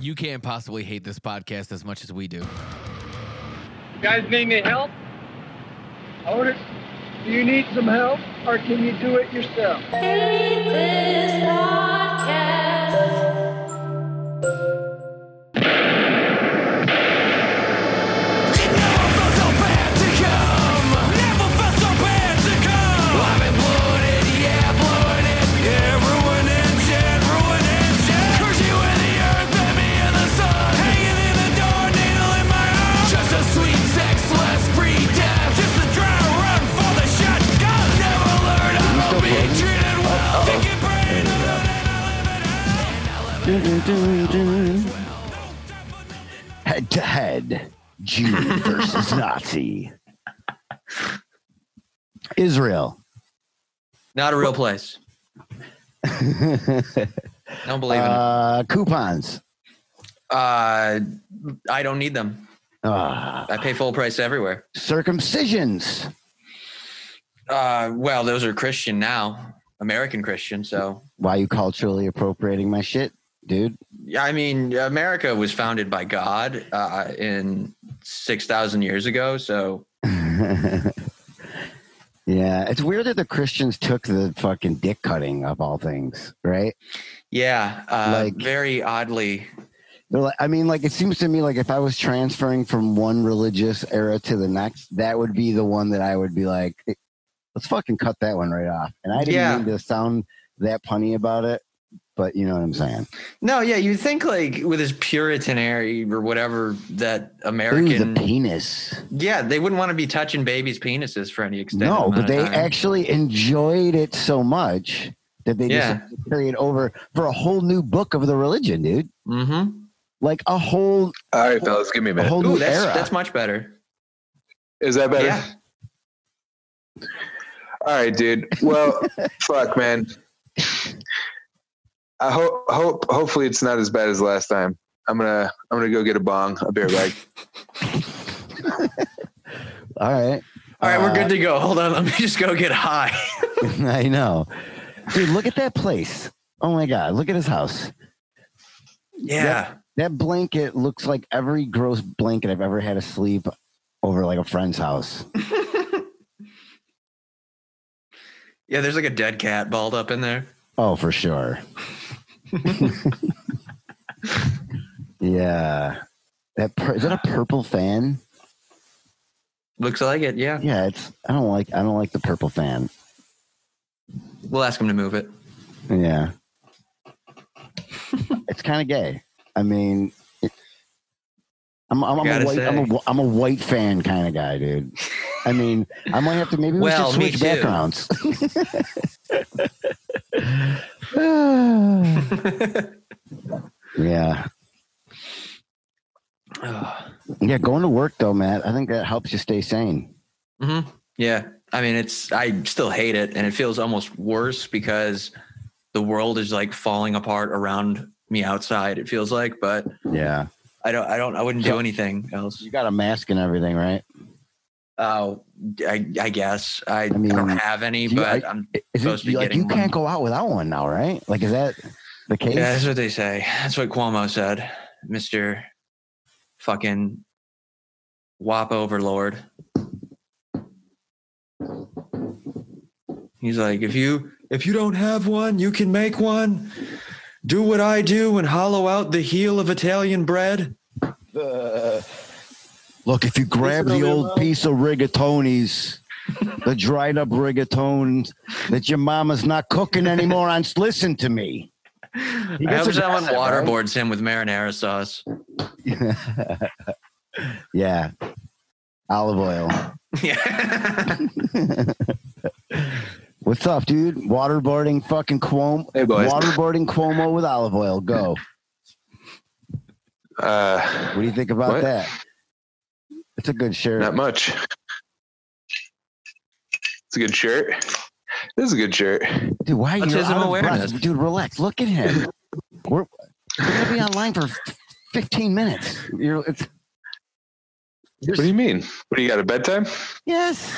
You can't possibly hate this podcast as much as we do. You guys need any help? Owners, do you need some help or can you do it yourself? Head to head, Jew versus Nazi. Israel. Not a real place. I don't believe in it. uh, coupons. Uh, I don't need them. Uh, I pay full price everywhere. circumcisions. Uh, well, those are Christian now, American Christian. So, Why you culturally appropriating my shit, dude? yeah, I mean, America was founded by God uh, in 6,000 years ago. So, yeah, it's weird that the Christians took the fucking dick cutting of all things, right? yeah, uh, Like- very oddly. They're like, I mean, like it seems to me like if I was transferring from one religious era to the next, that would be the one that I would be like, "Eh, let's fucking cut that one right off. And I didn't Yeah. mean to sound that punny about it, but you know what I'm saying. No, yeah, you think like with his Puritan area or whatever that Ooh, American. the penis. yeah, they wouldn't want to be touching babies' penises for any extent. No, but they actually. actually enjoyed it so much that they Yeah. decided to carry it over for a whole new book of the religion, dude. Mm-hmm. Like a whole, All right, fellas, give me a a minute. whole Ooh, new that's era. that's much better. Is that better? Yeah. All right, dude. Well, fuck, man. I hope hope hopefully it's not as bad as last time. I'm gonna I'm gonna go get a bong. I'll be right back. All right, All right, Uh, we're good to go. Hold on, let me just go get high. I know, dude. Look at that place. Oh my god, look at his house. Yeah. That blanket looks like every gross blanket I've ever had to sleep over like a friend's house. Yeah, there's like a dead cat balled up in there. Oh, for sure. yeah. That pur- is that a purple fan? Looks like it. Yeah. Yeah, it's I don't like I don't like the purple fan. We'll ask him to move it. Yeah. it's kind of gay. I mean, it- I'm, I'm, I'm, a Gotta white, I'm, a, say. wh- I'm a white fan kind of guy, dude. I mean, I might have to maybe we Well, should me switch too. backgrounds. Hmm. yeah. Yeah, going to work though, Matt. I think that helps you stay sane. hmm Yeah. I mean, it's I still hate it, and it feels almost worse because the world is like falling apart around me outside. It feels like, but Yeah. I don't. I don't. I wouldn't So- do anything else. You got a mask and everything, right? Oh, I, I guess I, I, mean, don't have any, do you- but I- I'm. Is Supposed it, to be like you getting one. can't go out without one now, right? Like, is that the case? Yeah, that's what they say. That's what Cuomo said, Mister Fucking WAP Overlord. He's like, if you if you don't have one, you can make one. Do what I do and hollow out the heel of Italian bread. Uh, Look, if you grab the old piece of rigatoni's, the dried up rigatone that your mama's not cooking anymore, and s- listen to me. He I gets hope someone aggressive, right? waterboards him with marinara sauce. yeah. Olive oil. Yeah. What's up, dude? Waterboarding fucking Cuomo. Hey boys. Waterboarding Cuomo with olive oil. Go. What Uh, do you think about What? that? It's a good shirt. not much. It's a good shirt. This is a good shirt. Dude, why are you Autism out of awareness. breath? Dude, relax. Look at him. We're, we're gonna be online for f- fifteen minutes. You're, it's, What do you mean? What do you got a bedtime? yes.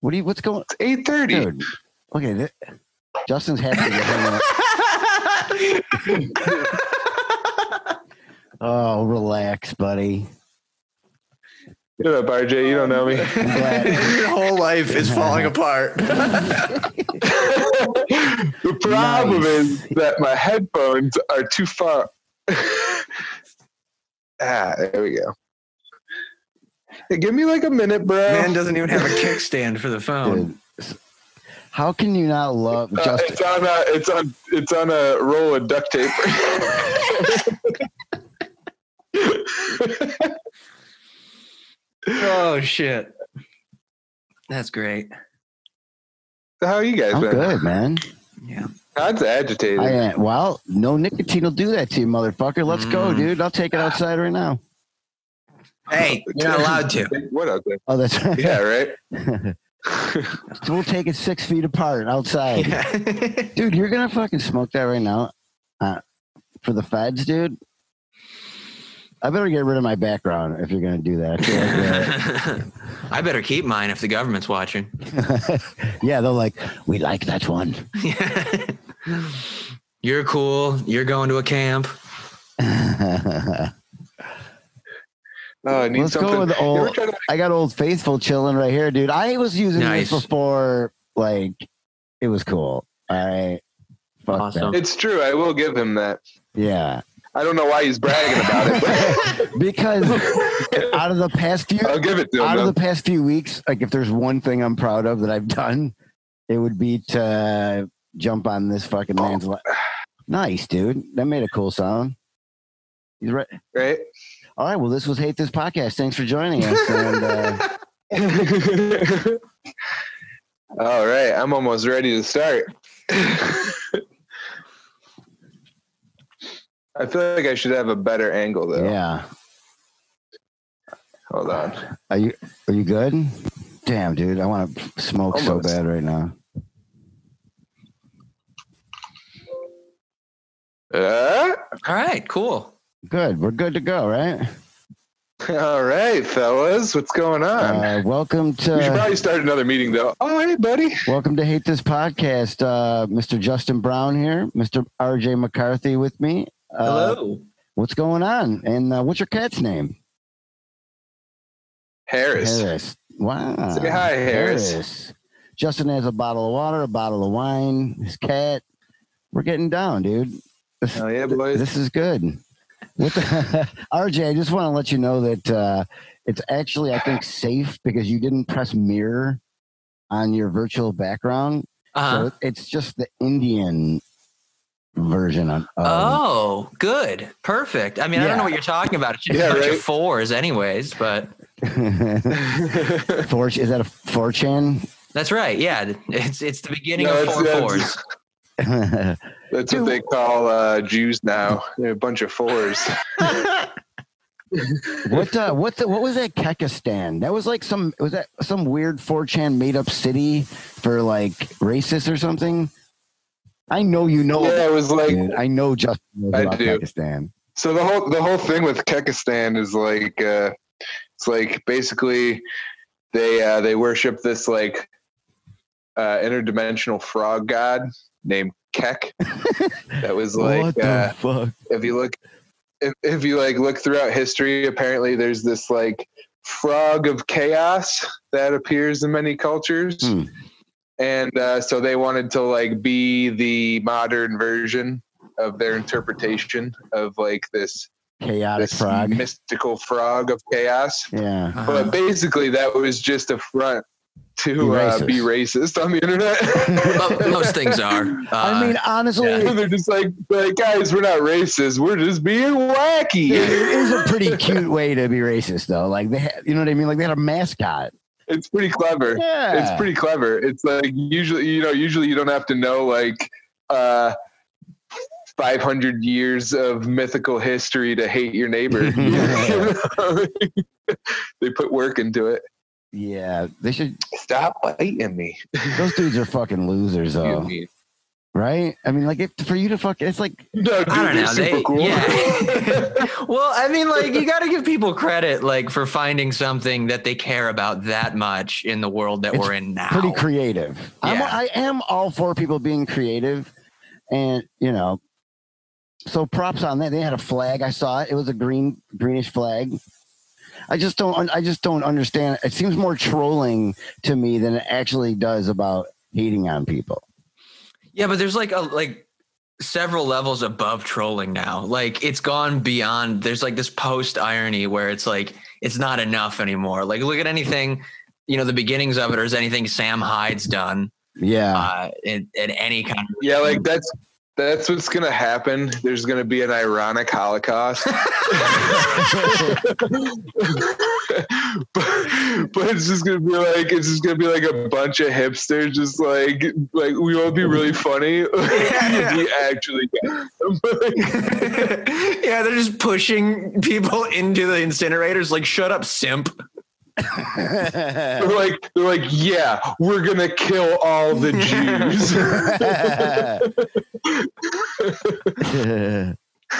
What do you? What's going? It's eight thirty. Dude, look at it. Justin's happy to get hung up. Oh, relax, buddy. Shut up, RJ. You don't know me. I'm glad. Your whole life is falling apart. the problem is that my headphones are too far. ah, there we go. Hey, give me like a minute, bro. Man doesn't even have a kickstand for the phone. Dude, how can you not love Uh, Justin? it's on a it's on it's on a roll of duct tape. Oh shit. That's great. How are you guys? I'm been? good, man. Yeah. Todd's agitated. I am. Well, no nicotine will do that to you, motherfucker. Let's go, Mm. dude. I'll take it outside right now. Hey, you're not allowed to. What else? Oh, that's right. Yeah, right. We'll take it six feet apart outside. Yeah. Dude, you're going to fucking smoke that right now uh, for the feds, dude. I better get rid of my background if you're going to do that. I feel like, uh, I better keep mine if the government's watching. yeah, they're like, we like that one. you're cool. You're going to a camp. I Oh, I need Let's go something. with You ever old- try to- got old faithful chilling right here, dude. I was using Nice. this before, like, it was cool. All right. Fuck Awesome. that. it's true. I will give him that. Yeah. I don't know why he's bragging about it. because but out of the past few I'll give it to him. out of though. the past few weeks, like if there's one thing I'm proud of that I've done, it would be to jump on this fucking man's lap. Nice, dude. That made a cool sound. He's right. Right? All right. Well, this was Hate This Podcast. Thanks for joining us. And uh, All right, I'm almost ready to start. I feel like I should have a better angle though. yeah, Hold on. are you are you good? Damn, dude. I want to smoke so Almost. bad right now. Uh, All right, cool. Good. We're good to go, right? all right, fellas, what's going on? Uh, welcome to. we should probably start another meeting though. Oh, hey, buddy. Welcome to Hate This Podcast. Uh, Mr. Justin Brown here, Mr. RJ McCarthy with me. Uh, Hello. What's going on? And uh, what's your cat's name? Harris. Harris. Wow. Say hi, Harris. Justin has a bottle of water, a bottle of wine, his cat. We're getting down, dude. Oh yeah, Th- boys. This is good. What the, RJ, I just want to let you know that uh, it's actually, I think, safe because you didn't press mirror on your virtual background. Uh-huh. So um, it's just the Indian version of. of- Oh, good. Perfect. I mean, I don't Yeah. know what you're talking about. It's just Yeah, a bunch right. of fours anyways, but Oh. Four, is that a four chan? that's right. Yeah. It's it's the beginning No, of it's- four it's- fours. That's That's what they call uh, Jews now. They're a bunch of fours. what uh, what the, what was that Kekistan? That was like some was that some weird four chan made up city for like racists or something. I know you know. yeah, about it was like it. I know Justin knows I about do. Kekistan. So the whole the whole thing with Kekistan is like uh, it's like basically they uh, they worship this like uh, interdimensional frog god named Kek that was like what the uh, fuck? if you look if, if you like look throughout history apparently there's this like frog of chaos that appears in many cultures Hmm. and uh, so they wanted to like be the modern version of their interpretation of like this Chaotic this Uh, frog. mystical frog of chaos yeah. but basically that was just a front to Be uh, racist. be racist on the internet Mo- most things are. Uh, I mean, honestly, yeah. they're just like, like guys we're not racist we're just being wacky Dude, it is a pretty cute way to be racist, though. Like they, had, you know what I mean? Like they had a mascot. it's pretty clever. Yeah, It's pretty clever. It's like usually, you know, usually you don't have to know like uh, 500 years of mythical history to hate your neighbor. You know? they put work into it. Yeah, they should. Stop biting me. Those dudes are fucking losers, you though. mean. Right? I mean, like it, for you to fuck, it's like No, dude, I don't they're know. super They, cool. yeah. well, I mean, like you got to give people credit, like for finding something that they care about that much in the world that It's we're in now. pretty creative. I'm, Yeah. I am all for people being creative, and you know, so props on that. They had a flag. I saw it. It was a green, greenish flag. I just don't. I just don't understand. It seems more trolling to me than it actually does about hating on people. Yeah, but there's like a like several levels above trolling now. Like it's gone beyond. There's like this post irony where it's like it's not enough anymore. Like look at anything, you know, the beginnings of it or is anything Sam Hyde's done Yeah. uh, in, in any kind of Yeah, like that's that's what's gonna happen. There's gonna be an ironic Holocaust. but, but it's just gonna be like it's just gonna be like a bunch of hipsters just like like we won't be really funny. we actually yeah, they're just pushing people into the incinerators. Like, shut up, simp. they're like they're like, yeah, we're gonna kill all the Jews.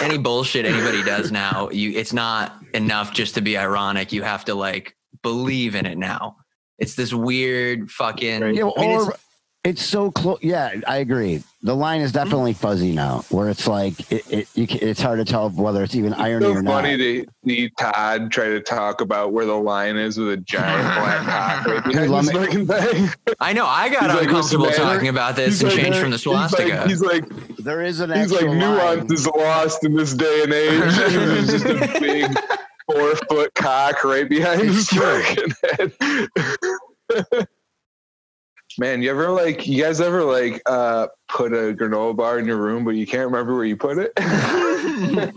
Any bullshit anybody does now, you it's not enough just to be ironic. You have to like believe in it now. It's this weird fucking. Yeah, I mean, it's- or it's, so close. Yeah, I agree. The line is definitely fuzzy now, where it's like it, it you, ca- it's hard to tell whether it's even irony so or not. funny to see Todd try to talk about where the line is with a giant black cock. right behind Let his me- fucking thing. I know I got He's like, uncomfortable "Listen, man, talking about this and changed from the swastika. He's like, There is an he's like, he's like actual line. nuance is lost in this day and age. It's just a big four foot cock right behind his fucking head. Man, you ever like, you guys ever like uh, put a granola bar in your room, but you can't remember where you put it?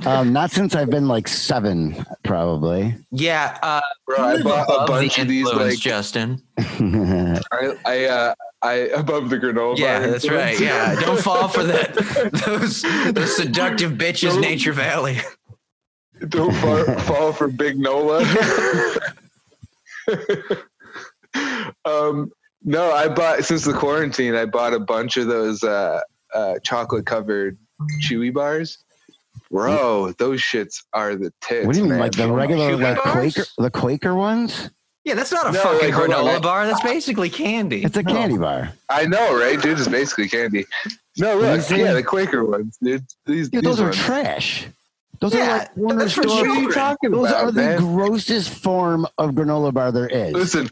Um, not since I've been like seven, probably. yeah, uh, Bro, I live bought above a the bunch of these influence, like Justin. I, I, uh, I above the granola. Yeah, bar that's influence. right. Yeah, don't fall for that. Those the seductive bitches, Don't- Nature Valley. Don't far, fall for Big Nola. um, no, I bought since the quarantine. I bought a bunch of those uh, uh, chocolate covered chewy bars. Bro, those shits are the tits. what do you mean, man. like the regular, Sugar like bars? Quaker, the Quaker ones? Yeah, that's not a No, fucking like, hold on, granola I- bar. That's basically candy. It's a candy bar. I know, right, dude? It's basically candy. No, You look, see? yeah, the Quaker ones, dude. These, Dude, these those are ones. trash. Those Yeah, are like corner that's for store. what are you children. talking Those about, are the man? grossest form of granola bar there is. Listen,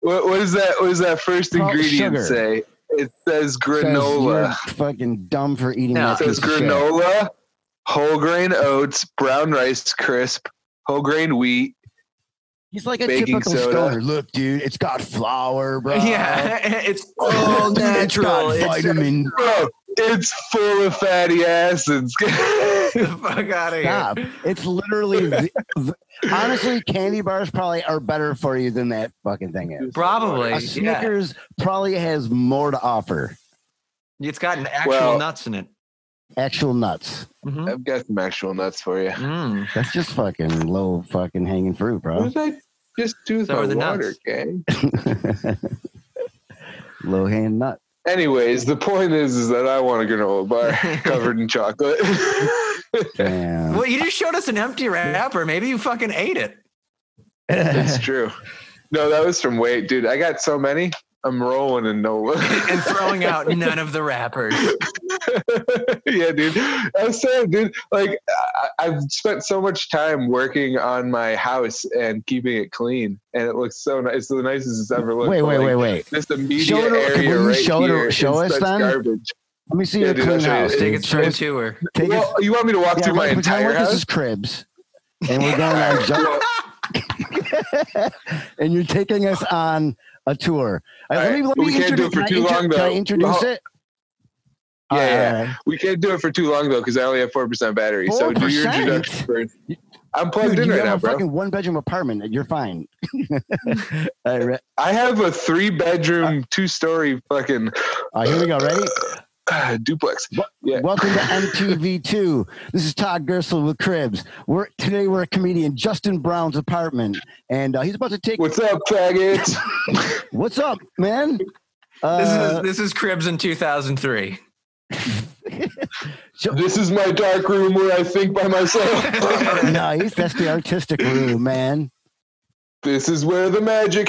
what, what is that? What does that first Oh, ingredient sugar. say? It says Says granola. you're fucking dumb for eating No, that. It says piece of shit. granola, whole grain oats, brown rice crisp, whole grain wheat. He's like a baking typical soda. stoner. Look, dude, it's got flour, bro. yeah, it's Oh, all Dude, it's natural. got It's vitamin. Bro, it's full of fatty acids. the fuck out of Stop. here. It's literally, the- the- honestly, candy bars probably are better for you than that fucking thing is. Probably. A Yeah. Snickers probably has more to offer. It's got an actual Well- nuts in it. Actual nuts. Mhm. I've got some actual nuts for you. Mm. That's just fucking low fucking hanging fruit, What bro. did I just do with So are my the nuts. water, gang? low hand nut. Anyways, the point is, is that I want a granola bar covered in chocolate. Damn. Well, you just showed us an empty wrapper. Maybe you fucking ate it. it's true. No, that was from Wait, dude. I got so many. I'm rolling in Nola. and throwing out none of the wrappers. yeah, dude. I'm saying, dude, like I, I've spent so much time working on my house and keeping it clean, and it looks so nice. It's the nicest it's ever looked. Wait, but, wait, like, wait, wait. This immediate Show it- area will you right show it- here show is us such then? garbage. Let me see Yeah, your dude, clean that's right. house. It's- Take dude. it straight to her. Take us- Well, you want me to walk yeah, through my we're- pretend entire like This house? is cribs, and we're going on. Jump, Well, and you're taking us on a tour. Uh, let All me, right, let we me can't do introduce. it can for I too intro- long, Can I though. introduce Oh, it? yeah, yeah. All right. we can't do it for too long though, because I only have four percent battery. So do your 4%? introduction first. I'm plugged Dude, in you right have now, a bro. fucking one-bedroom apartment. You're fine. All right, re- I have a Uh, three-bedroom, two-story fucking all right, here we go. Ready? uh, duplex. Yeah. Welcome to MTV2. This is Todd Gersel with Cribs. We're today we're at comedian Justin Brown's apartment, and uh, he's about to take. What's up, faggots? What's up, man? This Uh, is this is Cribs in 2003. This is my dark room where I think by myself. nice. That's the artistic room, man. this is where the magic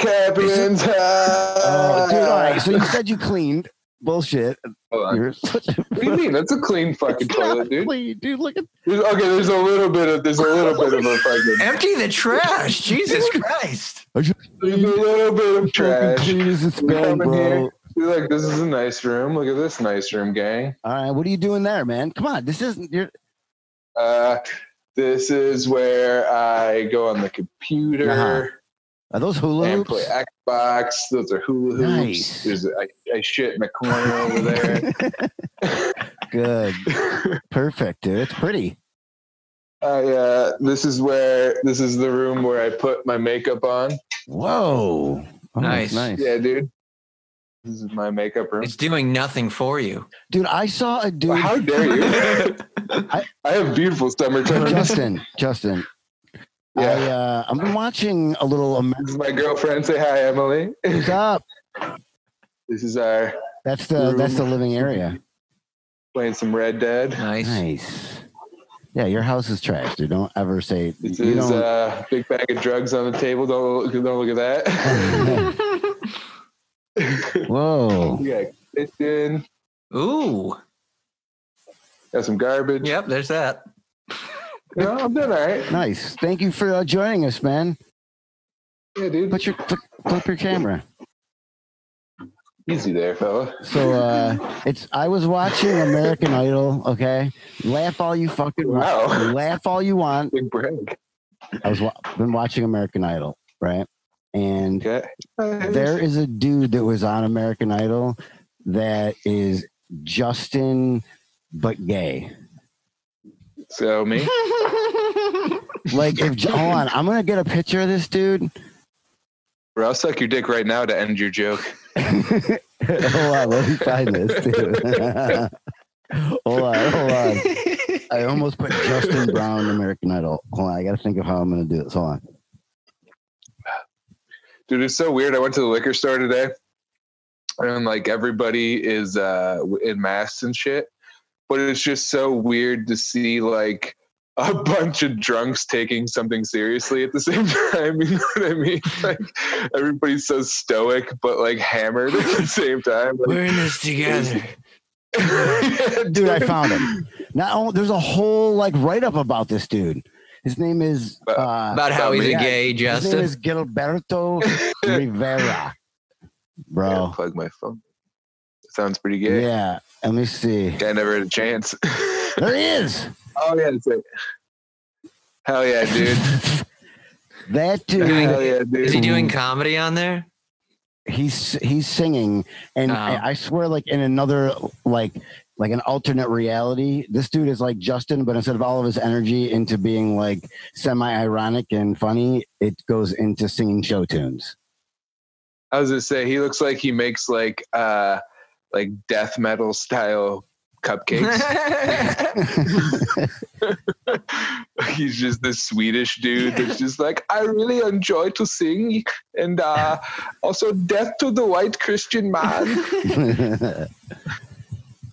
happens. Uh, Oh, dude. All right. So you said you cleaned. bullshit. Hold on. Yours. What do you mean? That's a clean fucking It's not toilet, dude. clean, dude. Look at There's, okay, there's a little bit of there's a little bit of a fucking Empty the trash. Jesus Christ. there's a little bit of fucking trash. clean as it's been, Come in here. bro. You're like, this is a nice room. Look at this nice room, gang. All right, what are you doing there, man? Come on, this isn't your Uh, this is where I go on the computer Uh-huh. are those hula and hoops? play Xbox. Those are hula hoops. Nice. There's a, I, I shit in the corner over there. Good, perfect, dude. It's pretty. I, uh, this is where this is the room where I put my makeup on. Whoa, Oh, Nice. nice, Yeah, dude. This is my makeup room. It's doing nothing for you. dude. I saw a dude. Well, how dare you? I have beautiful summertime. Justin, Justin. I, Yeah. uh, I'm watching a little. Amer- This is my girlfriend. Say hi, Emily. What's up? This is our That's the that's the living area. playing some Red Dead. Nice. Nice. Yeah, your house is trash, dude. Don't ever say This you is don't. uh, big bag of drugs on the table. Don't look, don't look at that. Whoa. we got a kitchen. Ooh. Got some garbage. Yep, there's that. No, I'm doing all right. Nice. Thank you for uh, joining us, man. Yeah, dude. Put your flip, flip your camera. Easy there, fella. So uh, it's I was watching American Idol. Okay, laugh all you fucking want. Wow. Laugh all you want. Big break. I was wa- been watching American Idol, right? And Okay. there is a dude that was on American Idol that is Justin but gay. So me. Like if hold on, I'm gonna get a picture of this dude. Bro, I'll suck your dick right now to end your joke. hold on, let me find this dude. hold on, hold on. I almost put Justin Brown in American Idol. Hold on, I gotta think of how I'm gonna do this. Hold on. Dude, it's so weird. I went to the liquor store today and like everybody is uh in masks and shit. But it's just so weird to see like a bunch of drunks taking something seriously at the same time. You know what I mean? Like everybody's so stoic but like hammered at the same time. Like, We're in this together. Dude, I found him. Not only, there's a whole like write up about this dude. His name is About- uh, About how he's Yeah. a gay His name Justin. is Gilberto Rivera, Yeah, bro. plug my phone. Sounds pretty Yeah. gay. Let me see. I never had a chance. There he is. oh yeah, that's it. Hell yeah, dude. That Hell dude. yeah, dude. Is he doing comedy on there? He's he's singing, and Oh. I, I swear, like in another like like an alternate reality, this dude is like Justin, but instead of all of his energy into being like semi ironic and funny, it goes into singing show tunes. I was gonna say he looks like he makes like uh like death metal style cupcakes. He's just this Swedish dude that's just like I really enjoy to sing and uh also death to the white Christian man.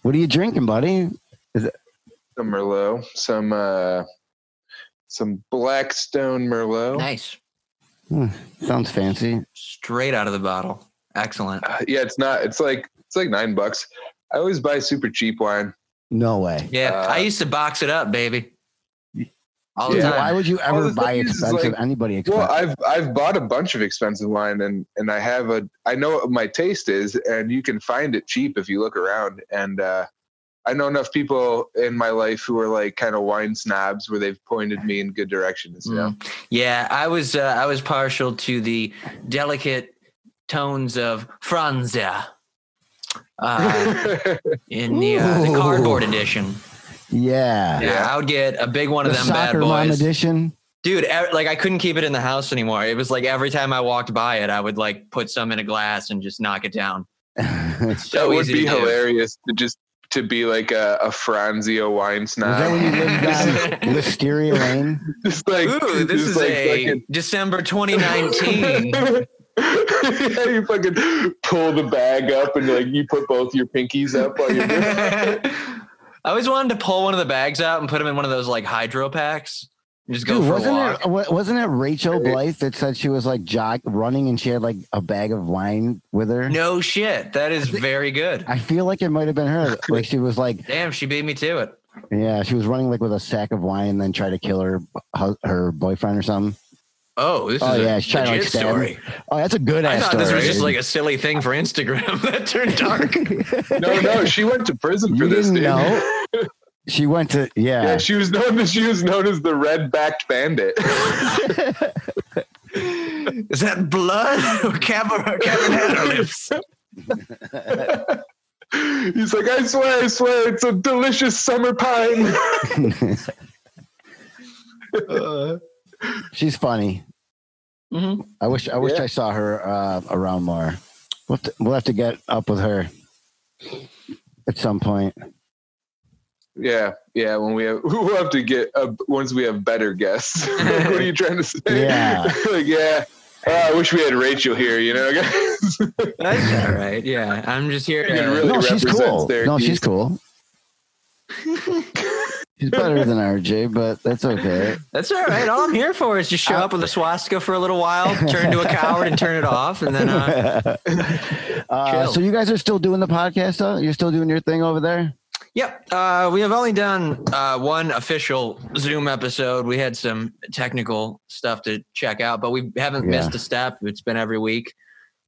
what are you drinking, buddy? Some Merlot, some uh some Blackstone Merlot. nice. Sounds fancy. Straight out of the bottle. Excellent. Uh, yeah, it's not. It's like it's like nine bucks. I always buy super cheap wine. No way. Yeah, Uh, I used to box it up, baby. All the Dude, Yeah. why time. would you ever the buy thing is, is expensive? like- anybody expensive? Well, I've I've bought a bunch of expensive wine, and and I have a I know what my taste is, and you can find it cheap if you look around. And uh, I know enough people in my life who are like kind of wine snobs, where they've pointed me in good directions. You know? Mm. Yeah, I was uh, I was partial to the delicate tones of Franzia uh, in the uh, the Ooh. cardboard edition. yeah. Yeah. I would get a big one The of them bad soccer mom boys. edition. Dude, e- like I couldn't keep it in the house anymore. It was like every time I walked by it, I would like put some in a glass and just knock it down. It's that so would easy be to do. hilarious to just to be like a, a Franzia wine Was that snob. when you lived on Wisteria Lane? just like Ooh, this just is like a fucking- December 2019. yeah, you fucking pull the bag up and like you put both your pinkies up while you're doing it. I always wanted to pull one of the bags out and put them in one of those like hydro packs. Just go Dude, for a wasn't walk. it wa- wasn't it Rachel Blythe that said she was like jog running and she had like a bag of wine with her? No shit. That is very good. I feel like it might have been her. Like she was like, Damn, she beat me to it. yeah, she was running like with a sack of wine and then tried to kill her hu- her boyfriend or something. Oh, this Oh, is yeah, a she's trying to, like, legit stab him. story. Oh, that's a good I ass thought story. this was just like a silly thing for Instagram that turned dark. No, no, she went to prison for you this. didn't Dude. know. She went to Yeah, yeah. she was known. As, she was known as the red backed bandit. Is that blood or Cabernet Cabernet lips? He's like, I swear, I swear, it's a delicious summer pine. She's funny. Mhm. I wish I wish Yeah. I saw her uh, around more. We'll have, to, we'll have to get up with her at some point. yeah, yeah. When we have, we'll have to get up once we have better guests. Like, what are you trying to say? Yeah. like, yeah. Oh, I wish we had Rachel here. You know, guys. That's all right. Yeah, I'm just here. You to- really- no, she's represents cool. their No, she's youth. cool. she's better than RJ, but that's okay. That's all right. All I'm here for is just show up with a swastika for a little while, turn into a coward, and turn it off, and then uh, Uh, Chill. so you guys are still doing the podcast, though? You're still doing your thing over there? Yep. Uh, we have only done uh, one official Zoom episode. We had some technical stuff to check out, but we haven't Yeah. missed a step. It's been every week.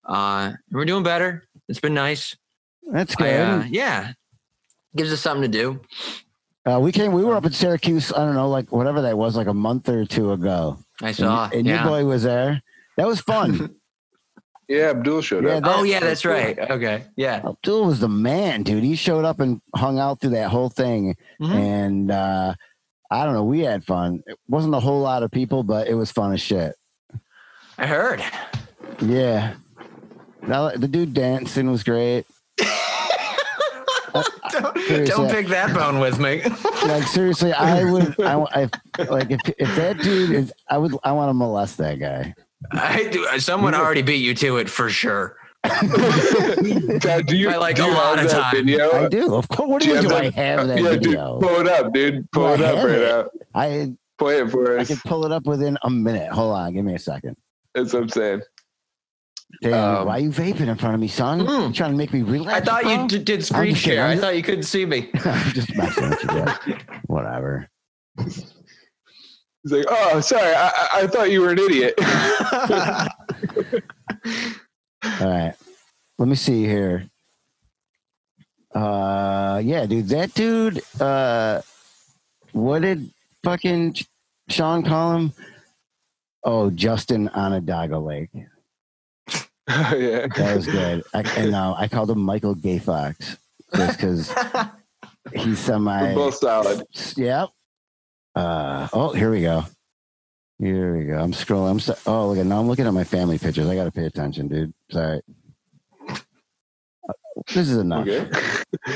Uh, we're doing better. It's been nice. That's I, good. uh, yeah. Gives us something to do. Uh, we came. We were up in Syracuse. I don't know, like whatever that was, like a month or two ago. I And, saw. and yeah. your boy was there. That was fun. yeah, Abdul showed yeah, up. that- oh, yeah, that's right. Okay. Yeah. Abdul was the man, dude. He showed up and hung out through that whole thing, Mhm. and uh, I don't know. We had fun. It wasn't a whole lot of people, but it was fun as shit. I heard. Yeah. Now the dude dancing was great. Don't, Seriously. don't pick that bone with me. Like seriously, I would. I, wa- if, like if, if that dude is, I would. I want to molest that guy. I do. uh, Someone already beat you to it for sure. God, do you By, like, do a you lot have of that time. Video? I do. Of course. What do you mean? have Do I that- have that yeah, video? Dude, pull it up, dude. Pull I it up have right it. now. I Play it for I us. can pull it up within a minute. Hold on, give me a second. That's what I'm saying. Damn, Um, why you vaping in front of me, son? Mm. you trying to make me relax? I thought you bro? d- did I'm screen just kidding. share. I I'm- thought you couldn't see me. I'm just messing with you. bro. Whatever. He's like, oh, sorry, I, I- I thought you were an idiot. All right. Let me see here. Uh, yeah, dude, that dude. Uh, what did fucking Sean call him? Oh, Justin Onondaga Lake. Oh, yeah. That was good. I, and uh, I called him Michael Gay Fox just because he's We're semi. both solid. Yep. Uh, oh, here we go. Here we go. I'm scrolling. I'm so, oh look at now. I'm looking at my family pictures. I gotta pay attention, dude. Sorry. Uh, This is enough. Okay.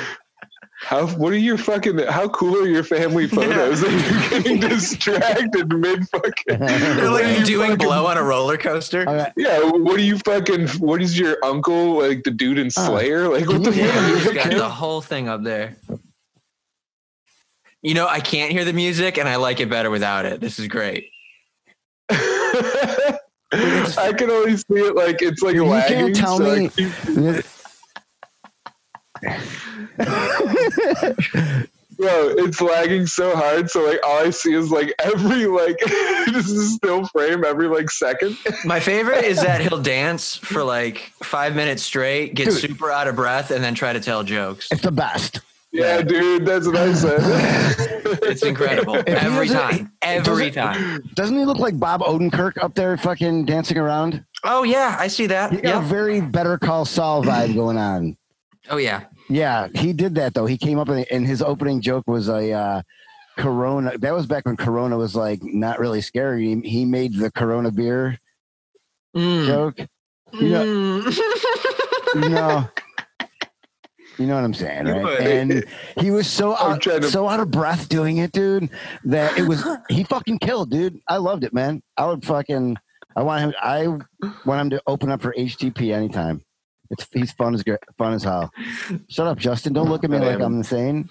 How what are your fucking how cool are your family photos that you're getting distracted mid fucking They're What like are you doing fucking- blow on a roller coaster. All right. Yeah, what do you fucking what is your uncle like the dude in Slayer? Like what the Can you hear the fuck? He's music got too? the whole thing up there. You know, I can't hear the music, and I like it better without it. This is great. I can only see it like it's like You can't lagging. tell so I me- keep- Bro, it's lagging so hard. So like all I see is like every like this is still frame every like second. My favorite is that he'll dance for like five minutes straight, get Dude. super out of breath, and then try to tell jokes. It's the best. Yeah, dude, that's what I said. It's incredible he every doesn't- time. Every doesn't- time. Doesn't he look like Bob Odenkirk up there fucking dancing around? Oh yeah, I see that. He got a Yep. very better call Saul vibe going on. Oh yeah. Yeah, he did that though. He came up and, and his opening joke was a uh, Corona. That was back when Corona was like not really scary. He, he made the Corona beer Hmm. Mm. joke. You know, Mm. you know, you know what I'm saying, You right? would. And he was so I'm out, trying to- so out of breath doing it, dude, that it was he fucking killed, dude. I loved it, man. I would fucking I want him I want him to open up for HTP anytime. It's he's fun as gr- fun as hell. Shut up, Justin. Don't look at me like I'm insane.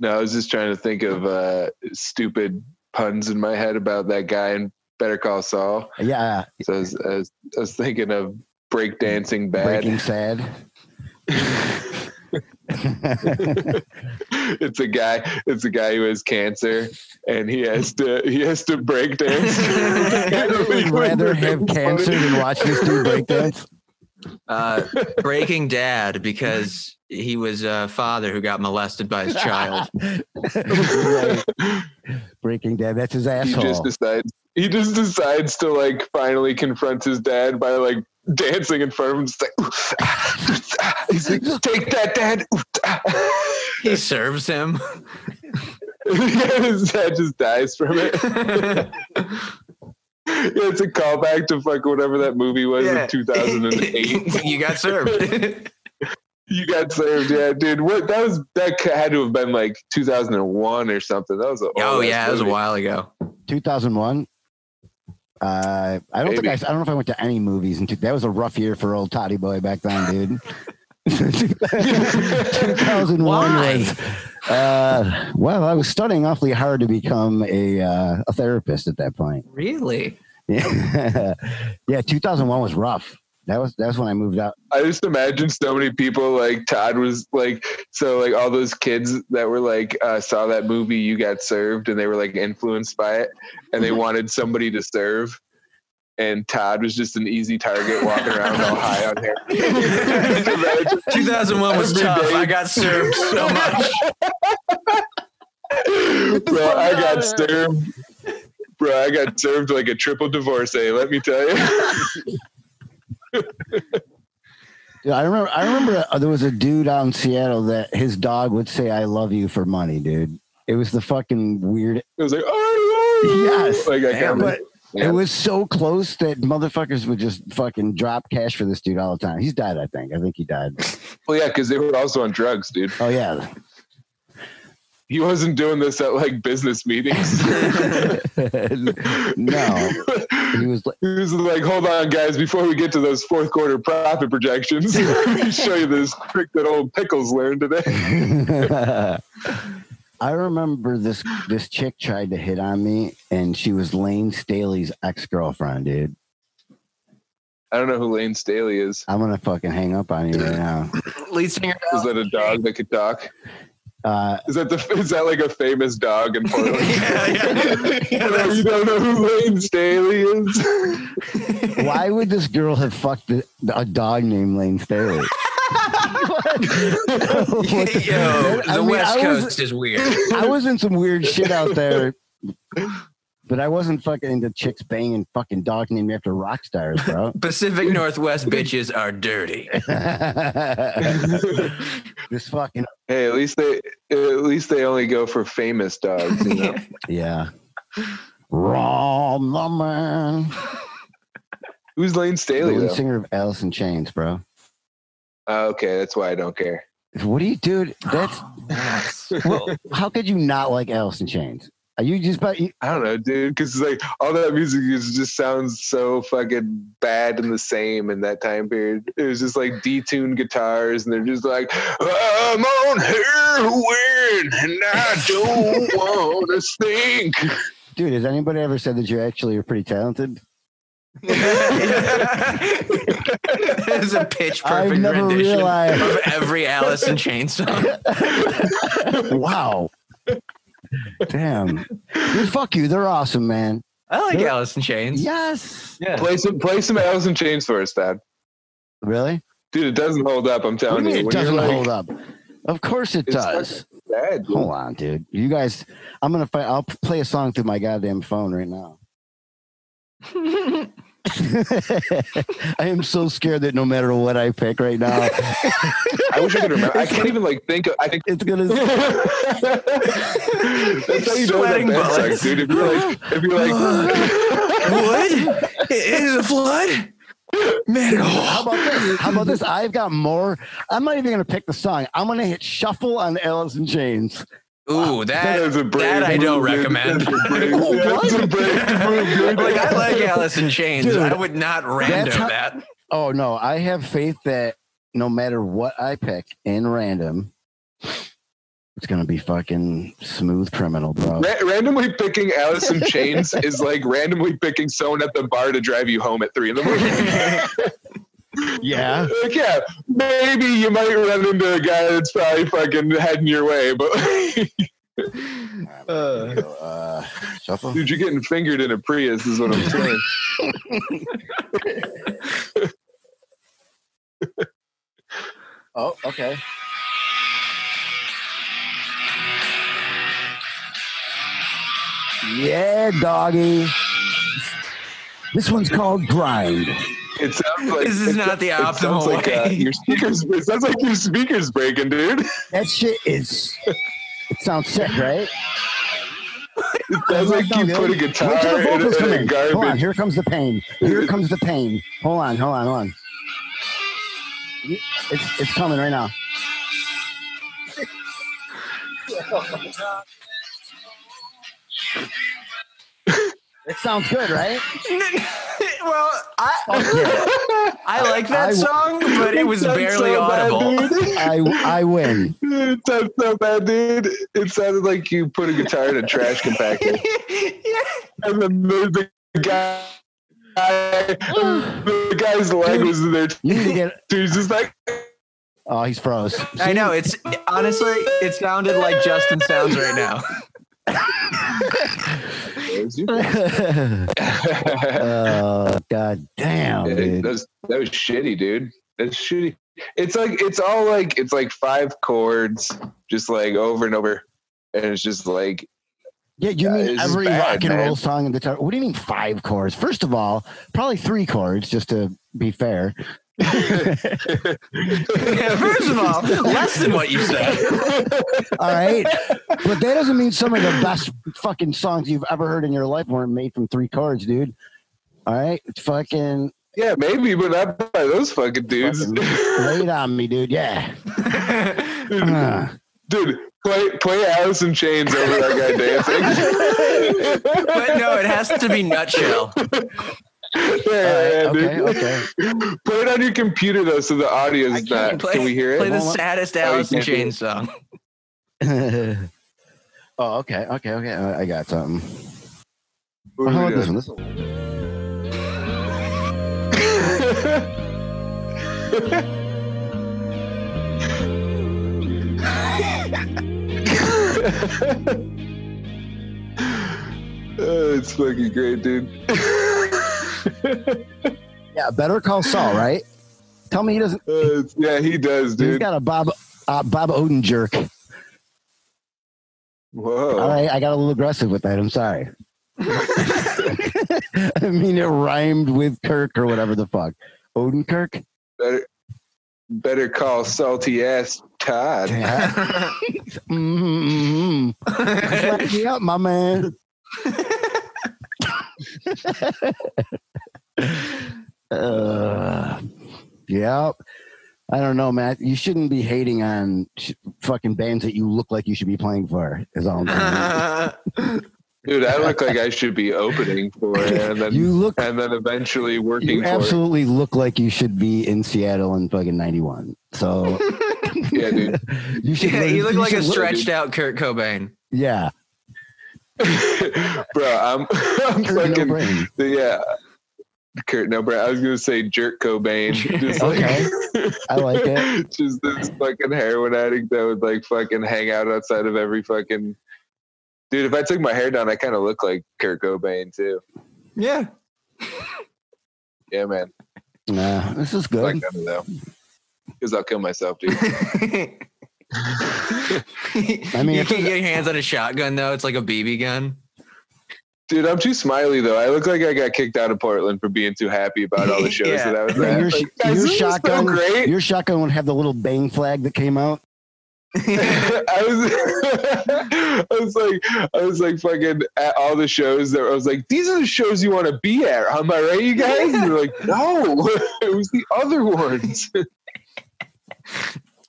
No, I was just trying to think of uh, stupid puns in my head about that guy in Better Call Saul. Yeah, So I was, I was, I was thinking of breakdancing breaking bad. sad. it's a guy. It's a guy who has cancer, and he has to he has to break dance. I would rather have cancer than watch this dude breakdance. Uh, breaking dad because he was a father who got molested by his child. Right. Breaking Dad. That's his he asshole. just decides he just decides to like finally confront his dad by like dancing in front of him It's like, "Oof, ah, oof, ah." He's like, take that dad Oof, ah." He serves him. Yeah, his dad just dies from it Yeah, it's a callback to fuck whatever that movie was Yeah. in 2008 you got served. you got served yeah dude what that was that had to have been like 2001 or something that was a oh yeah, it was a movie. while ago. 2001. Uh, I don't think I, I don't know if I went to any movies. And that was a rough year for old Toddy Boy back then, dude. 2001 Why? was. Uh, well, I was studying awfully hard to become a uh, a therapist at that point. Really? Yeah, yeah. 2001 was rough. That was that's when I moved out. I just imagine so many people like Todd was like so like all those kids that were like uh, saw that movie You Got Served and they were like influenced by it and Mm-hmm. they wanted somebody to serve and Todd was just an easy target walking around all high on hair. Just imagine- 2001 was Every tough. day. I got served so much. Bro, I got served. Bro, I got served like a triple divorcee. Let me tell you. Dude, I remember. I remember uh, there was a dude out in Seattle that his dog would say "I love you" for money, dude. It was the fucking weird. It was like, oh, oh, oh. Yes. like I Damn, can't. but It was so close that motherfuckers would just fucking drop cash for this dude all the time. He's died, I think. I think he died. Well, yeah, because they were also on drugs, dude. Oh yeah, He wasn't doing this at like business meetings. no, he was. like- He was like, hold on, guys, before we get to those fourth quarter profit projections, let me show you this trick that old Pickles learned today. I remember this this chick tried to hit on me, and she was Lane Staley's ex girlfriend, dude. I don't know who Lane Staley is. I'm gonna fucking hang up on you right now. Lead singer. Is that a dog that could talk? Uh, Is that the is that like a famous dog in Portland? Yeah, yeah. Yeah, that's- you don't know who Lane Staley is? why would this girl have fucked the, a dog named Lane Staley? What? What the- Yo, I the mean, West I was- Coast is weird. I was in some weird shit out there, but I wasn't fucking into chicks banging fucking dog named after rock stars, bro. Pacific Northwest bitches are dirty. this fucking hey, at least they at least they only go for famous dogs. You know? yeah, Rom the man, Who's Lane the Staley lead though? singer of Alice in Chains, bro. Oh, okay, that's why I don't care. What do you, dude? That's Oh, Yes. how could you not like Alice in Chains? Are you just about you, I don't know, dude, because it's like all that music is just sounds so fucking bad and the same in that time period. It was just like detuned guitars, and they're just like, "I'm on heroin, and I don't want to think." dude? Has anybody ever said that you actually are pretty talented? it's a pitch I've perfect never rendition realized- of every Alice in Chains song. wow. Damn. Dude, fuck you. They're awesome, man. I like Yeah. Alice in Chains. Yes. Yeah. Play some, play some Alice in Chains for us, Dad. Really? Dude, it doesn't hold up. I'm What do telling you mean you. it When you're, doesn't like, hold up? Of course it It's does. Bad, dude. Hold on, dude. You guys, I'm gonna fight. I'll play a song through my goddamn phone right now. I am so scared that no matter what I pick right now, I wish I could remember. I can't even like think. Of, I think. it's gonna. That's how you know that Sweating band bullets. sucks, dude. If you're like, if you're like, What? Is it a flood? Man, How oh. about this? How about this? I've got more. I'm not even gonna pick the song. I'm gonna hit shuffle on Alice in Chains. Ooh, That that, is a that, brave I don't move, dude. recommend. Oh, That's a brave, that's a brave move, dude. like, I like Alice in Chains. Dude, I would not random how- that. Oh no, I have faith that no matter what I pick in random, It's gonna be fucking smooth criminal, bro. Ra- randomly picking Alice in Chains is like randomly picking someone at the bar to drive you home at three in the morning. Yeah. Like, yeah, maybe you might run into a guy that's probably fucking heading your way, but Here we go. Uh, shuffle. dude, you're getting fingered in a Prius, is what I'm saying. Oh, okay. Yeah, doggy. This one's called grind. It sounds like This is it not the sounds- it sounds optimal like, uh, way. your speakers. It sounds like your speakers breaking, dude. It That shit is. It sounds sick, right? sounds like you put a Wait till guitar the in vocals a, come in a in. Hold on, garbage. here comes the pain. Here comes the pain. Hold on, hold on, hold on. It's, it's coming right now. it sounds good, right? well, I I like that I- song, but it was sounds barely so bad, audible. dude. I, I win. It sounds so bad, dude. It sounded like you put a guitar in a trash compactor. and then the, the guy, the guy's leg was in there. You need to get. Dude's just like, Oh, he's froze. I know it's honestly it sounded like Justin sounds right now. oh yeah, god damn, that, dude. was, that was shitty, dude. That's shitty. It's like it's all like it's like five chords, just like over and over, and it's just like Yeah, you Yeah, mean it's every bad, rock and man. roll song in the guitar? What do you mean five chords? First of all, probably three chords, just to be fair. First of all, less than what you said. All right, but that doesn't mean some of the best fucking songs you've ever heard in your life weren't made from three chords, dude. All right, it's fucking yeah, maybe, but not by those fucking dudes. Fucking lay it on me, dude. Yeah. Uh, Dude, play play Alice in Chains over that guy dancing. But no, it has to be nutshell. yeah, all right, okay, dude. okay. Play it on your computer though, so the audio I is can't not. play- Can we hear Play it? the Well, saddest you Alice in can't do it. Chains song. oh, okay, okay, okay. I I got something. What How are we about this doing? one? This one. Oh, it's fucking great, dude. Yeah, Better Call Saul, right? Tell me he doesn't. Uh, it's- yeah, he does, He's dude. got a Bob uh, Bob Odin jerk. Whoa. All right, I got a little aggressive with that. I'm sorry. I mean, it rhymed with Kirk or whatever the fuck. Odin Kirk. Better, better call salty ass Todd. Yeah. mm-hmm, up, my man. uh, yep. I don't know, Matt. You shouldn't be hating on sh- fucking bands that you look like you should be playing for. Is all I'm saying. Dude, I look like I should be opening for it, and then you look and then eventually working You for it. absolutely look like you should be in Seattle in fucking '91. So Yeah, dude. you should. Yeah, you look like a should stretched out Kurt Cobain. Yeah, Bro, I'm, I'm Kurt, no fucking brain. yeah. Kurt, no, bro. I was gonna say Jerk Cobain. Just like- Okay, I like it. just this fucking heroin addict that would like fucking hang out outside of every fucking dude. If I took my hair down, I kind of look like Kurt Cobain too. Yeah. Yeah, man. Nah, this is I Like good. that though, because I'll kill myself, dude. I mean, you if can't get your hands on a shotgun though. It's like a BB gun. Dude, I'm too smiley though. I look like I got kicked out of Portland for being too happy about all the shows Yeah. that I was Yeah, at. your, sh- Like, guys, your this is so shotgun, great. your shotgun would have the little bang flag that came out. I was, I was like, I was like, fucking at all the shows that I was like, these are the shows you want to be at. Am I right, you guys? And they're like, no, it was the other ones.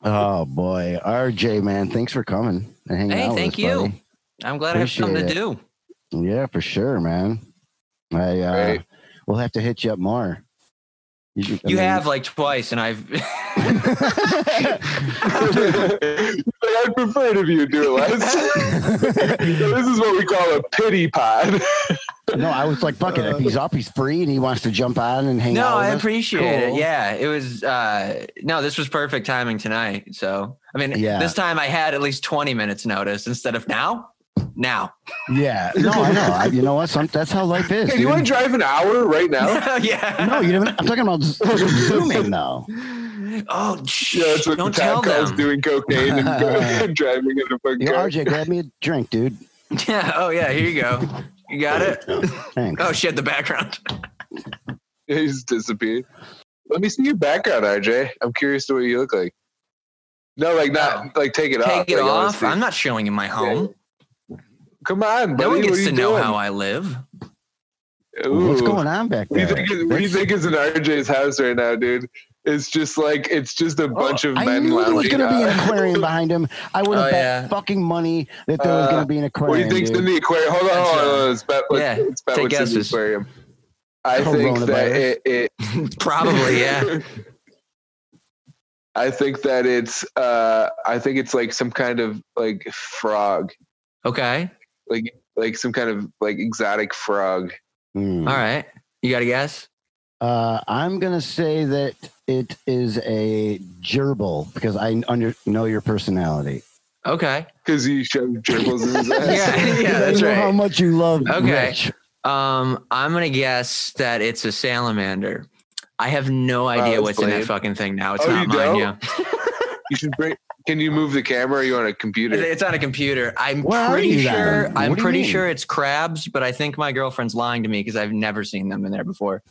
Oh boy, RJ man, thanks for coming and hanging out. hey, with thank us, you. buddy. I'm glad I have something Appreciate to do. Yeah, for sure, man. I uh, Right. we'll have to hit you up more. You, I You mean, have like twice, and I've. I'd prefer it if you do it less. this is what we call a pity pod. No, I was like, fuck it. If he's up, he's free, and he wants to jump on and hang no, out. with I us. appreciate Cool. it. Yeah, it was. uh No, this was perfect timing tonight. So I mean, Yeah. this time I had at least twenty minutes notice instead of now. Now, Yeah. No, I know. I, you know what? Some, that's how life is. Hey, do you dude. want to drive an hour right now? yeah. no, you don't. I'm talking about z- zooming though. Oh, shh, Yeah, that's what don't the tell town calls them. doing cocaine and go- driving in a fucking Yo, car. RJ, grab me a drink, dude. Yeah. Oh yeah. Here you go. You got it. Thanks. Oh shit. The background. He's disappeared. Let me see your background, RJ. I'm curious to what you look like. No, like not like take it off. Take it like, I wanna off. see. I'm not showing you my home. Come on, buddy. No one what gets are to you know doing? how I live. What's Oh, Ooh. going on back What do there? you think? Is, what do you think is in RJ's house right now, dude? It's just like it's just a bunch of Oh, I men uh, knew there was lounging going to be an out. aquarium behind him. I would have Oh, bet yeah. fucking money that there was Uh, going to be an What do aquarium. you think's in dude. the aquarium? Hold on, hold on. hold on. It's bet what, Yeah, it's bet take what's in the guesses. aquarium. I think that Coronavirus. it, it Probably. Yeah. I think that it's uh I think it's like some kind of like frog, Okay. like some kind of like exotic frog. Hmm. All right. You got a guess? Uh, I'm going to say that it is a gerbil because I under, know your personality. Okay. Cause he shoved gerbils in his ass. Yeah. Yeah. I That's know how right. much you love Okay. Rich. Um, I'm gonna guess that it's a salamander. I have no idea that's what's in that lame. fucking thing now. It's Oh, not you mine. don't? Yeah. You should bring can you move the camera? Or you on a computer? It's on a computer. I'm Where are pretty you then? sure. What I'm do you pretty mean? sure it's crabs, but I think my girlfriend's lying to me because I've never seen them in there before.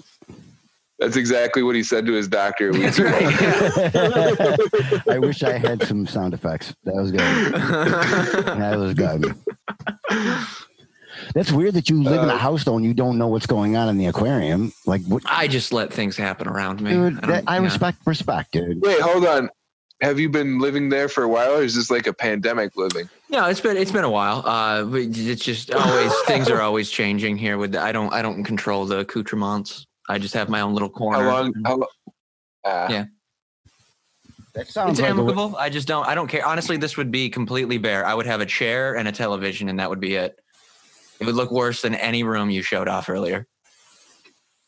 That's exactly what he said to his doctor. We That's right. I wish I had some sound effects. That was good. yeah. That was good. That's weird that you live in a Uh, house though and you don't know what's going on in the aquarium. Like, what, I just let things happen around me. dude? I that, don't- I yeah. respect respect, dude. Wait, hold on. Have you been living there for a while or is this like a pandemic living? No, it's been it's been a while. Uh, but it's just always things are always changing here. With the, I don't I don't control the accoutrements. I just have my own little corner. How long how uh, Yeah. That It's sounds like a, amicable. I just don't. I don't care. Honestly, this would be completely bare. I would have a chair and a television, and that would be it. It would look worse than any room you showed off earlier.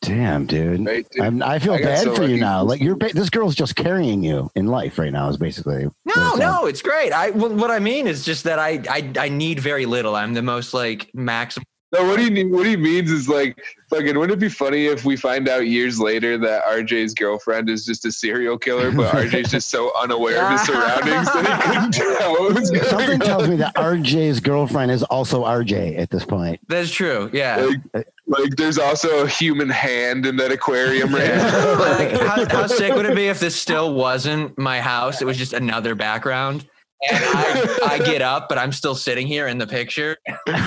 damn, dude. right? I'm, I feel I got bad so for you lucky. now. Like you're, ba- this girl's just carrying you in life right now. Is basically No, no, it's great. I well, what I mean is just that I I I need very little. I'm the most like maximum. No, what he what he means is like fucking. Wouldn't it be funny if we find out years later that RJ's girlfriend is just a serial killer, but RJ's just so unaware of his surroundings that he couldn't tell what was going Something on? tells me that RJ's girlfriend is also RJ at this point. That's true. Yeah. Like, there's also a human hand in that aquarium right now. like, how, how sick would it be if this still wasn't my house? It was just another background. And I, I get up, but I'm still sitting here in the picture, putting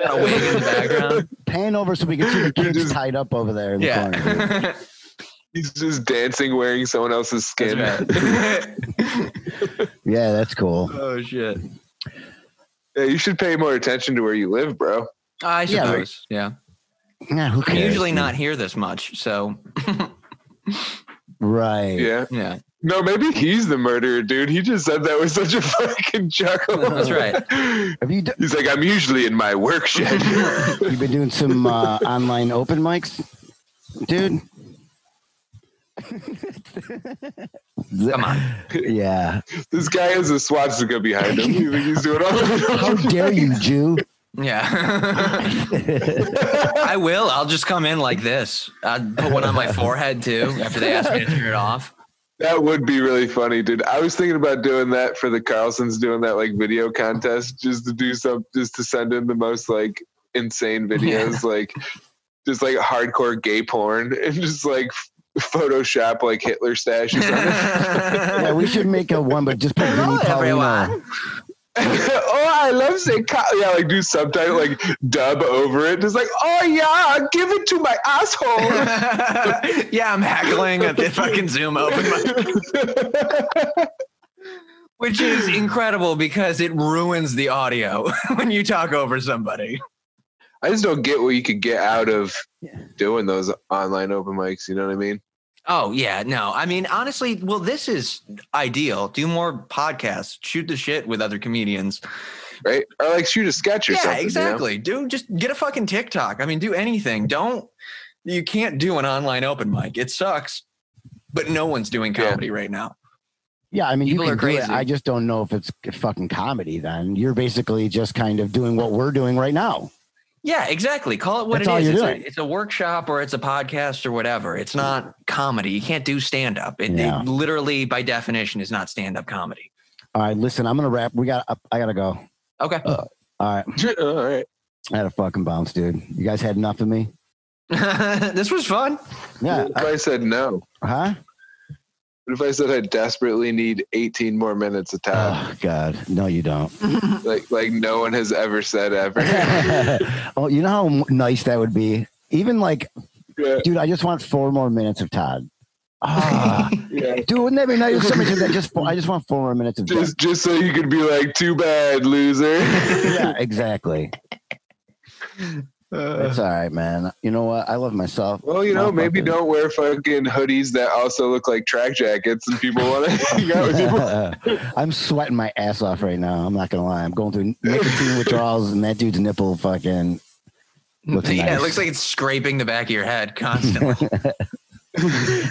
on a wig in the background. Pan over so we can see the kids Just- tied up over there in the corner. dude. Yeah. He's just dancing, wearing someone else's skin. That's right. Yeah, that's cool. oh shit. Yeah, you should pay more attention to where you live, bro. I Yeah, like- suppose. Yeah. Yeah, who I'm cares? usually dude? not here this much, so Right. Yeah. yeah. No, maybe he's the murderer, dude. He just said that with such a fucking chuckle. That's right. Have you d- He's like, I'm usually in my work shed. you been doing some uh, online open mics, dude? Come on. Yeah. This guy has a swastika behind him. You think he's doing all How dare you, Jew? Yeah. I will. I'll just come in like this. I'd put one on my forehead too after they ask me to turn it off. That would be really funny, dude. I was thinking about doing that for the Carlsons, doing that like video contest, just to do some, just to send in the most like insane videos, like just like hardcore gay porn, and just like Photoshop like Hitler stashes on it. Yeah, we should make a one, but just put Vinnie Paulino. oh, I love saying, Car- yeah, like do subtitle, like dub over it, just like, oh yeah, give it to my asshole. yeah, I'm heckling at the fucking Zoom open, mic, which is incredible because it ruins the audio when you talk over somebody. I just don't get what you could get out of doing those online open mics. You know what I mean? Oh yeah, no. I mean, honestly, well, this is ideal. Do more podcasts. Shoot the shit with other comedians. right? Or like shoot a sketch or yeah, something. you know? exactly. Do just get a fucking TikTok. I mean, do anything. Don't you can't do an online open mic. It sucks. But no one's doing Yeah. comedy right now. Yeah, I mean, People you are can do it. crazy. I just don't know if it's fucking comedy. Then you're basically just kind of doing what we're doing right now. Yeah, exactly. Call it what That's it all is. you're it's, doing. A, it's a workshop or it's a podcast or whatever. It's not comedy. You can't do stand up. It, it Yeah. literally, by definition, is not stand up comedy. All right, listen, I'm gonna wrap. We got. I gotta go. Okay. All right, All right. I had a fucking bounce, dude. You guys had enough of me? Oh. this was fun. Yeah. What if I, said no? I- huh? What if I said I desperately need 18 more minutes of time? Oh God, no, you don't. like like no one has ever said ever. oh, you know how nice that would be. Even like, yeah, dude, I just want four more minutes of Todd. Ah, yeah. dude, wouldn't that be nice? if somebody did that? Just four, I just want four more minutes of Jeff. Just just so you could be like, too bad, loser. Yeah, exactly. Uh. It's all right, man. You know what? I love myself. Well, you know, maybe Motherfucker. don't wear fucking hoodies that also look like track jackets, and people want to hang out with you. I'm sweating my ass off right now. I'm not gonna lie. I'm going through nicotine withdrawals, and that dude's nipple fucking. Looks yeah, nice. it looks like it's scraping the back of your head constantly.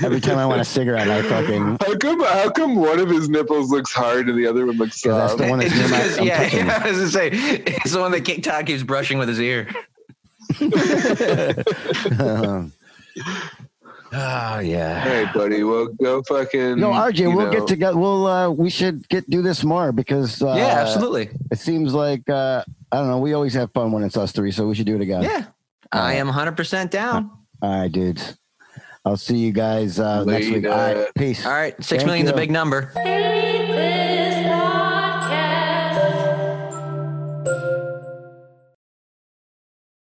Every time I want a cigarette, I fucking. How come? How come one of his nipples looks hard and the other one looks Yeah, that's soft? the one that's It's near just my. 'cause- I'm yeah, touching yeah, I was gonna say it's the one that King Todd keeps brushing with his ear. it. Um, oh All yeah. right, buddy. Well, go fucking. No, RJ, you we'll know. get together. We'll uh, we should get do this more because uh, yeah, absolutely. It seems like uh, I don't know. We always have fun when it's us three, so we should do it again. Yeah, I uh, am 100 percent down. All right, dudes. I'll see you guys uh, next week. Later. All right, peace. All right, six uh, Thank million's you. a big number.